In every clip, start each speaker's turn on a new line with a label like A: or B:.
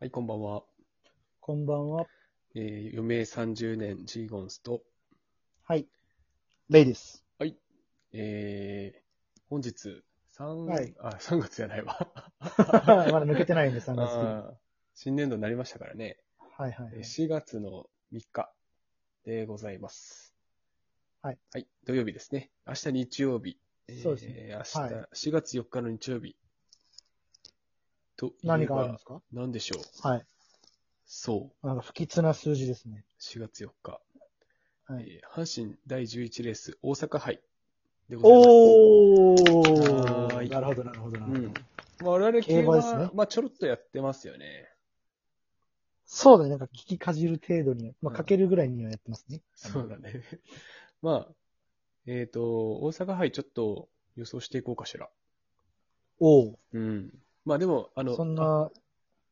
A: はい、こんばんは。
B: こんばんは。
A: えー、余命30年、ジーゴンスと、
B: はい。レイです。
A: えー、本日、3、
B: はい
A: あ、3月じゃないわ。
B: まだ抜けてないんです、あの月は
A: あー新年度になりましたからね、
B: いはいはい
A: えー。4月の3日でございます。
B: はい。
A: はい、土曜日ですね。明日日曜日。えー
B: そうですね
A: 明日、
B: はい
A: 4月4日の日曜日。といえば
B: 何があるんですか
A: 何でしょう。
B: はい。
A: そう、
B: なんか不吉な数字ですね。
A: 4月4日。
B: はい。
A: えー阪神第11レース大阪杯でございます。
B: お
A: はーい
B: ーなるほど、なるほど、な
A: う
B: るほ
A: ん
B: ど。。
A: まあ、我々競
B: 競
A: 馬
B: 馬ですね
A: まあ、ちょろっとやってますよね。
B: そうだね、なんか聞きかじる程度に、ま
A: うん
B: あ、かけるぐらいにはやってますね。
A: そうだね。 まあ、えっ、と、大阪杯ちょっと予想していこうかしら。
B: おー
A: うん。まあでも、あの、
B: そん
A: あ
B: な、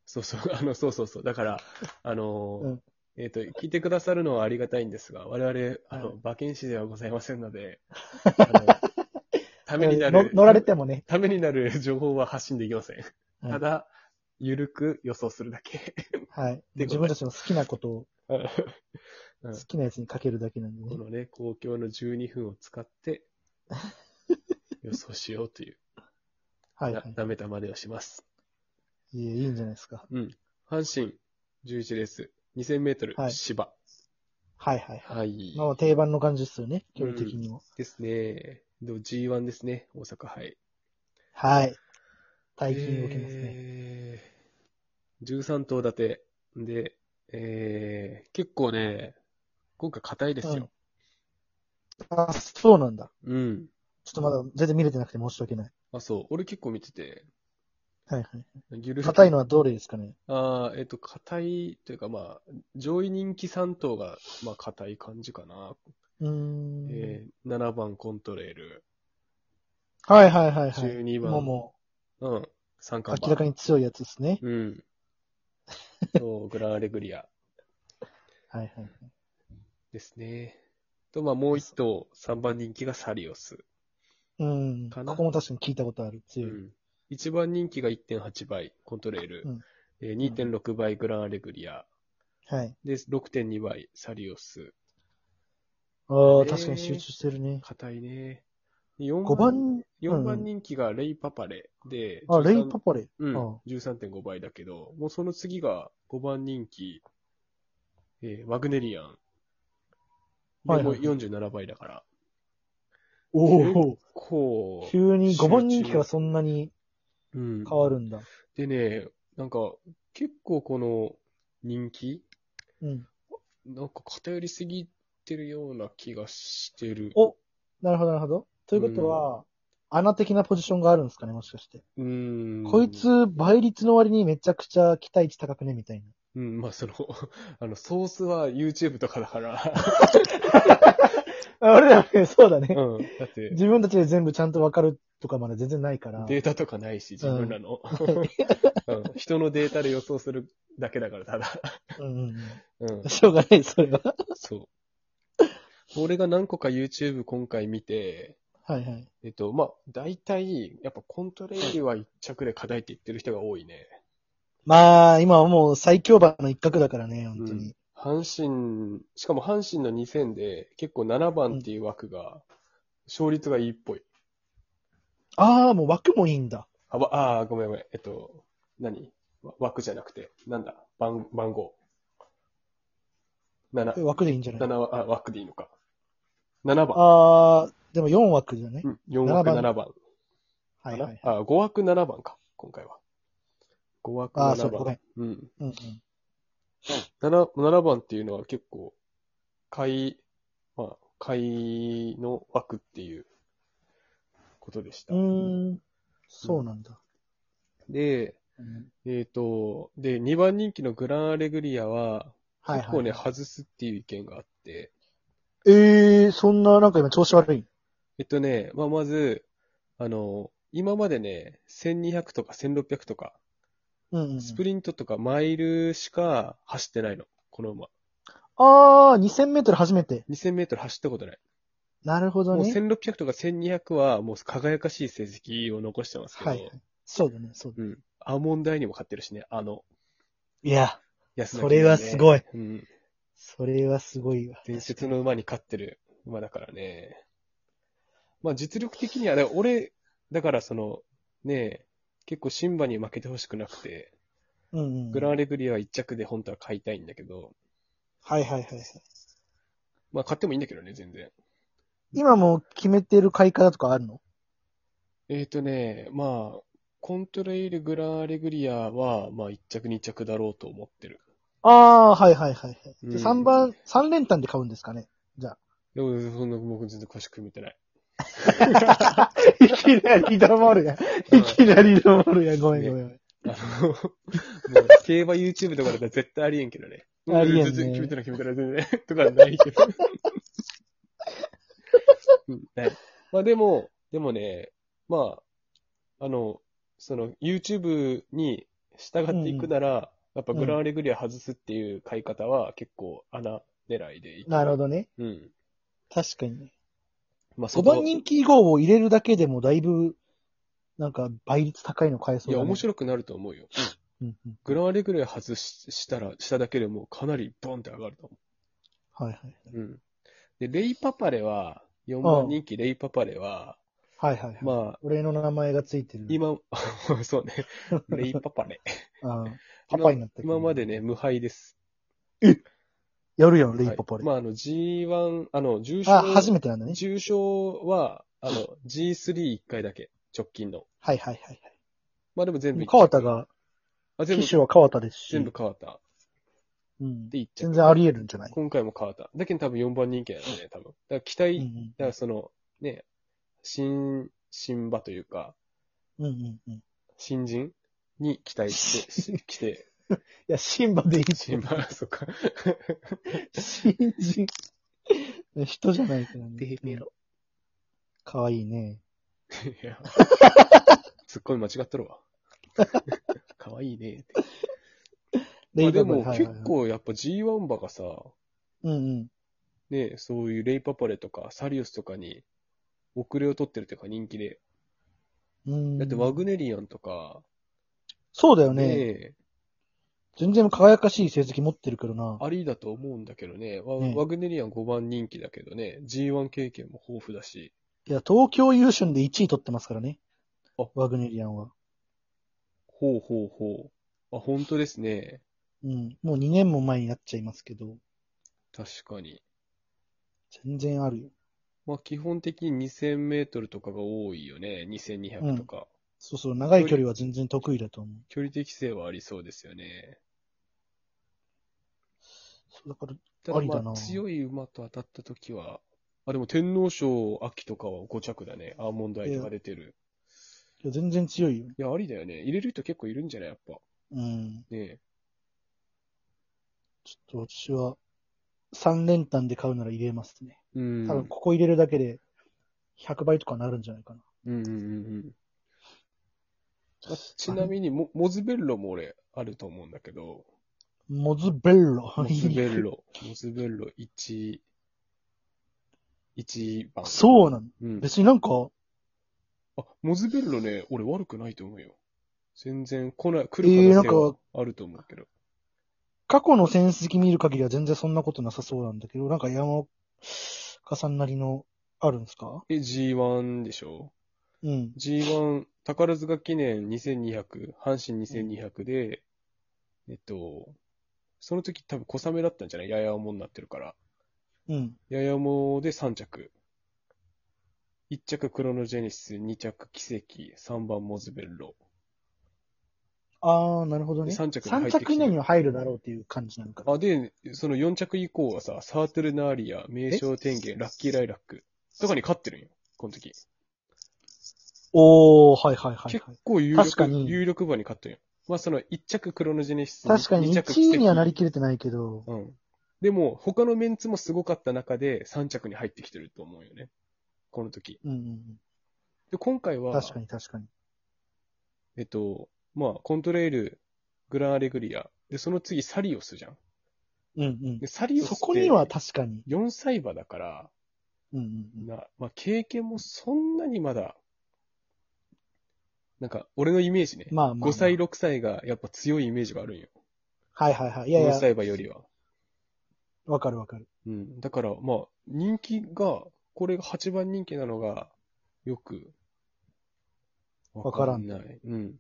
A: そう そう、あの、そうそうそう。だから、あの、
B: うん
A: えっ、と、聞いてくださるのはありがたいんですが、我々、あの、
B: はい
A: 馬券師ではございませんの で、あのためにな
B: の
A: る、
B: 乗られてもね。
A: ためになる情報は発信できません。
B: はい
A: ただ、ゆるく予想するだけ。
B: はい。
A: で
B: 自分たちの好きなことを、
A: うん
B: 好きなやつにかけるだけなんで
A: こ
B: ね。
A: のね、公共の12分を使って、予想しようという、
B: はい
A: な
B: は
A: 舐めたまでをします。
B: い。いいいいんじゃないですか。
A: うん。阪神11レース、2000メートル、
B: はい
A: 芝。
B: はいはいはい。
A: はい。
B: まあ定番の感じですよね、距離的にも。
A: ですね。でも G1 ですね、大阪杯。
B: はい。大金を受けますね。
A: ね。13頭立て。で、えー、結構ね、今回硬いですよ。
B: あ、そうなんだ。
A: うん。
B: ちょっとまだ全然見れてなくて申し訳ない。
A: あ、そう。俺結構見てて、
B: はいはい。
A: ゆる
B: 硬いのはどれですかね
A: ああ、えっと、硬いというか、まあ、上位人気3頭が、まあ、硬い感じかな。
B: うーん、
A: えー、7番コントレール、
B: はいはいはいはい。
A: 12番
B: もうも
A: うん、三
B: う
A: 冠
B: 明らか
A: 馬。
B: に強いやつですね。
A: うん。 と、グランアレグリア
B: はいはいはい。
A: ですね。と、まあ、もう1頭、3番人気がサリオス。
B: うん。
A: かな
B: ここも確かに聞いたことある。
A: う
B: 強い。
A: ん。1番人気が1.8倍、コントレール。
B: うん
A: えー2.6倍、グランアレグリア。
B: はい。
A: で、6.2倍、サリオス。え
B: ああ、
A: ー
B: 確かに集中してるね。
A: 硬いね。4番、
B: 5番、
A: 4番人気がレイ・パパレ。で、
B: あ、レイ
A: 13
B: パパレ。
A: うん
B: ああ、
A: 13.5倍だけど、もうその次が5番人気、えーワグネリアン。で
B: はい
A: も
B: は
A: う
B: いはい
A: 47倍だから。
B: おお、
A: こう、
B: 急に5番人気がそんなに
A: うん。
B: 変わるんだ。
A: でね、なんか、結構この人気、
B: うん。
A: なんか偏りすぎてるような気がしてる。
B: おなるほどなるほど。ということは、穴的なポジションがあるんですかね、もしかして。
A: うーん。
B: こいつ、倍率の割にめちゃくちゃ期待値高くねみたいな。
A: うん、まあその、 あの、ソースは YouTube とかだから、
B: あ俺らね、そうだね。
A: うん。だって、
B: 自分たちで全部ちゃんとわかるとかまだ全然ないから。
A: データとかないし、自分らの。うん人のデータで予想するだけだから、ただ。
B: うんうん
A: うん
B: うん。、しょうがない、それは。
A: そう。俺が何個か YouTube 今回見て、
B: はいはい。
A: えっと、まあ、大体、やっぱコントレイルは一着で課題って言ってる人が多いね。
B: まあ、今はもう最強馬の一角だからね、本当に。
A: 阪神、しかも阪神の2000で結構7番っていう枠が、勝率がいいっぽい。
B: ああ、もう枠もいいんだ。
A: あ、わあー、ごめんごめん。えっと、何わ枠じゃなくて、なんだ番、番号。7、
B: 枠でいいんじゃない
A: 7あ、枠でいいのか。7番。
B: ああ、でも4枠じゃね
A: う。ん、4枠7
B: 7
A: 番
B: はい
A: か
B: は。
A: ないあ、5枠7番か、今回は。5枠
B: ああ、そう、
A: 7
B: ごめ
A: 番
B: ん。。
A: うん
B: うんうん。
A: 7。7番っていうのは結構、買い、まあ、買いの枠っていうことでした
B: う。ーん、そうなんだ。
A: で、えっ、と、で、2番人気のグランアレグリアは、
B: はいはい。
A: 結構ね、外すっていう意見があって、
B: ええー、そんな、なんか今調子悪い。
A: えっとね、まあ、まず、あの、今までね、1200とか1600とか、
B: うんうんうん。
A: スプリントとかマイルしか走ってないの、この馬。
B: ああ、2000メートル初めて。
A: 2000メートル走ったことない。
B: なるほど
A: もう
B: ね。
A: 1600とか1200はもう輝かしい成績を残してますけど、
B: はいはい。そうだね、そうだね。
A: うん。アーモンドアイにも勝ってるしね、あの、
B: いや、
A: 安田
B: それはすご
A: い。
B: い。
A: うん。
B: それはすごいわ。
A: 伝説の馬に勝ってる馬だからね。まあ実力的には、だから俺、だからその、ねえ、結構シンバに負けてほしくなくて、
B: うんうん。
A: グランアレグリアは1着で本当は買いたいんだけど、
B: はいはいはいはい。
A: まあ買ってもいいんだけどね、全然。
B: 今もう決めてる買い方とかあるの
A: えっ、ー、とね、まあ、コントレイル・グランアレグリアは、まあ1着2着だろうと思ってる。
B: ああー、はいはいはいはい。
A: うん
B: で、3番、3連単で買うんですかね
A: でも、そんな僕全然詳しく見てない。
B: いきなり黙るやん。いきなり黙るやん。ごめんごめん。
A: あの、もう、競馬 YouTube とかだったら絶対ありえんけどね。
B: ありえんね
A: 全然決めてない決めてない全然。とかはない けど。うんないまあでも、でもね、まあ、あの、その YouTube に従っていくなら、やっぱグランアレグリア外すっていう買い方は結構穴狙いでいい。
B: なるほどね。
A: ど。うん。
B: 確かにね。
A: まあそ
B: 5
A: こ
B: 番人気以降を入れるだけでもだいぶ、なんか倍率高いの買えそ
A: いうや、
B: だ、ね。
A: 面白くなると思うよ。
B: い。うんうん。
A: グランアレグリア外ししたら、しただけでもうかなりボンって上がると思う。
B: はいはい。
A: うん。で、レイパパレは、4
B: う
A: 番
B: ん
A: 人気レイパパレは、
B: はいはい、はい。
A: まあ、
B: 俺の名前がついてる。
A: 今、 そうね、レイパパレ。
B: ああ パ
A: 今
B: パになってる。
A: 今までね、無敗です。
B: やるやん、レイパパ
A: はい
B: レ。
A: まあ、あの、G1、あの、重賞、
B: あ、初めてなんだね。
A: 重賞は、あの、G31 回だけ、直近の。
B: はいはいはい
A: まあでも全
B: は
A: 部
B: い。川田
A: が、
B: が、
A: あ全部
B: 機、種は川田ですし。
A: 全部川田
B: うん
A: で。言っちゃ
B: 全然あり得るんじゃない
A: 今回も川田。だけど多分4番人気だよね、多分。だから期
B: うんう
A: 待、
B: ん
A: だからその、ね、新、新馬というか、
B: うんうんうん。い
A: 新人に期待 して、し来て、
B: や、シンバでいいし
A: 新。馬、 そっか。
B: 新人。 人じゃないからね。うん。かわいいね。
A: いや、ツッコミ間違っとるわ。 かわいいねって。まあでも
B: はいはいはい
A: 結、構やっぱ G1 馬がさ、
B: うんうん。
A: ね、そういうレイパパレとかサリウスとかに遅れを取ってるというか人気で。
B: うん
A: だってワグネリアンとか、
B: そうだよ
A: ね
B: ね。全然輝かしい成績持ってるけどな。
A: ありだと思うんだけどねワ
B: ね
A: ワグネリアン5番人気だけどね、G1 経験も豊富だし、
B: いや、東京優秀で1位取ってますからね
A: あ。
B: ワグネリアンは。
A: ほうほうほう。あ、本当ですね。
B: うん。もう2年も前になっちゃいますけど、
A: 確かに。
B: 全然あるよ。
A: まあ基本的に2000メートルとかが多いよね。2200とか。
B: そうそう、長い距離は全然得意だと思う。
A: 距離的性はありそうですよね。
B: そうだから、
A: ただ
B: ありだ
A: ま
B: な
A: あ強い馬と当たった時は、あ、でも天皇賞秋とかは5着だね。アーモンドアイとか出てる。
B: いや全然強いよ。
A: いや、ありだよね。入れる人結構いるんじゃないやっぱ。
B: うん。
A: ね
B: ちょっと私は、3連単で買うなら入れますね。
A: え。うん。
B: 多分ここ入れるだけで、100倍とかなるんじゃないかな。
A: うんうんうんうん。あちなみにモ、モズベッロも俺、あると思うんだけど、
B: モズベッロ。
A: モズベッ
B: ロ。
A: ロ、モズベッロ1、1番。
B: そうなの。
A: うん。
B: 別になんか、
A: あ、モズベッロね、俺悪くないと思うよ。全然来ない、来る可能性はあると思うけど。
B: 過去の戦績見る限りは全然そんなことなさそうなんだけど、なんか山岡さんなりの、あるんですか
A: え、G1 でしょ
B: うん。
A: ?G1、宝塚記念2200、阪神2200で、えっと、その時多分小雨だったんじゃないややもになってるから。
B: うん。
A: ややもで3着。1着クロノジェネシス、2着奇跡、3番モズベッロ。
B: あー、なるほどね。
A: 三着に入って
B: 三
A: きてる
B: 着以内には入るだろうっていう感じなのかな。
A: あ、で、その4着以降はさ、サートルナーリア、名称天元、ラッキーライラックとかに勝ってるんよ。この時。
B: おー、はいはいはい、
A: 結
B: はい。
A: 構有
B: 確
A: 力、
B: かに
A: 有力馬に勝ってるんよ。まあその1着クロノジェネシス、
B: 確かに
A: 2着
B: 1位にはなりきれてないけど、
A: うん。でも、他のメンツもすごかった中で3着に入ってきてると思うよね。この時。
B: うんうん
A: で、今回
B: うん。
A: は、
B: 確かに確かに。
A: えっと、まあ、コントレイル、グランアレグリア、で、その次サリオスじゃん。
B: うん
A: で、サ
B: う
A: リオ
B: ん。
A: スって
B: そこには確かに。
A: 4歳馬だから、
B: うんうんうん。
A: な、まあ、経験もそんなにまだ、なんか、俺のイメージね。
B: まあまあまあ
A: 5歳、6歳がやっぱ強いイメージがあるんよ。
B: はいはいはい。
A: ブ
B: いやい
A: ルー
B: や
A: ス、ライバーよりは。
B: わかるわかる。
A: うん。だから、まあ、人気が、これが8番人気なのが、よく、わない。うん。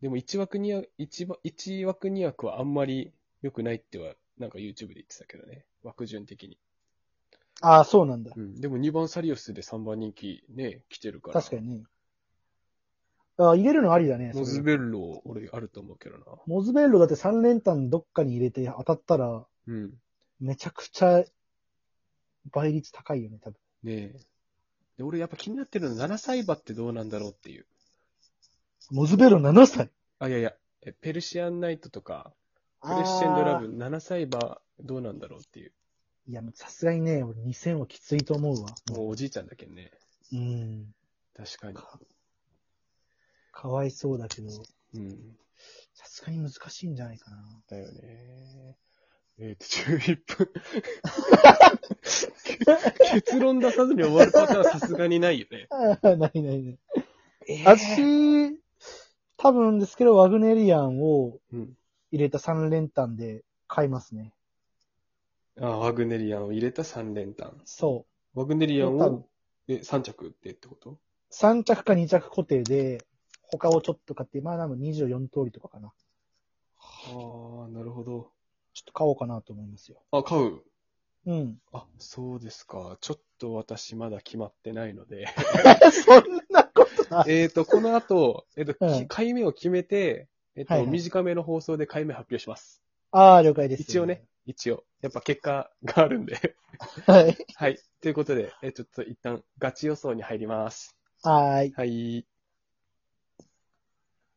A: でも1枠2枠、1枠一枠2枠はあんまり良くないっては、なんか YouTube で言ってたけどね。枠順的に。
B: ああ、そうなんだ。
A: うん。でも2番サリオスで3番人気ね、来てるから。
B: 確かにね。ああ、入れるのありだね。そ
A: モ
B: れ
A: ズベッロ、俺あると思うけどな。
B: モズベッロだって3連単どっかに入れて当たったら、
A: うん。
B: めちゃくちゃ倍率高いよね、多分。
A: ねえ。で、俺やっぱ気になってるのは7歳馬ってどうなんだろうっていう。
B: モズベッロ7歳。
A: あ、いやいや、えペルシアンナイトとか、クレッシェンドラブ、7歳馬、どうなんだろうっていう。
B: いや、さすがにね、俺2000はきついと思うわ。
A: もうおじいちゃんだけんね。
B: うん。
A: 確かに。
B: かかわいそうだけど、
A: うん。
B: さすがに難しいんじゃないかな。
A: だよね。えっ、と、11分。 結論出さずに終わるパターンはさすがに ないよね。
B: ああ、ないないない。
A: え
B: 私、多分ですけど、ワグネリアンを
A: うん。
B: 入れた3連単で買いますね。
A: あ、ワグネリアンを入れた3連単。
B: そ
A: ワグネリアン
B: 多分
A: を、え、3着でってこと
B: う。3着か2着固定で、他をちょっと買って、まあ多分24通りとかかな。
A: はあ、なるほど。
B: ちょっと買おうかなと思いますよ。
A: あ、買う。
B: うん。
A: あ、そうですか。ちょっと私まだ決まってないので。
B: そんなこと ない。
A: えっと、この後、えっ、と、
B: うん
A: き回目を決めて、えっ、と、
B: はいはい
A: 短めの放送で回目発表します。
B: ああ、了解です。
A: 一応ね。、一応。やっぱ結果があるんで。
B: はい。
A: はい。ということで、えーちょっと一旦ガチ予想に入ります。
B: はーい。
A: はい。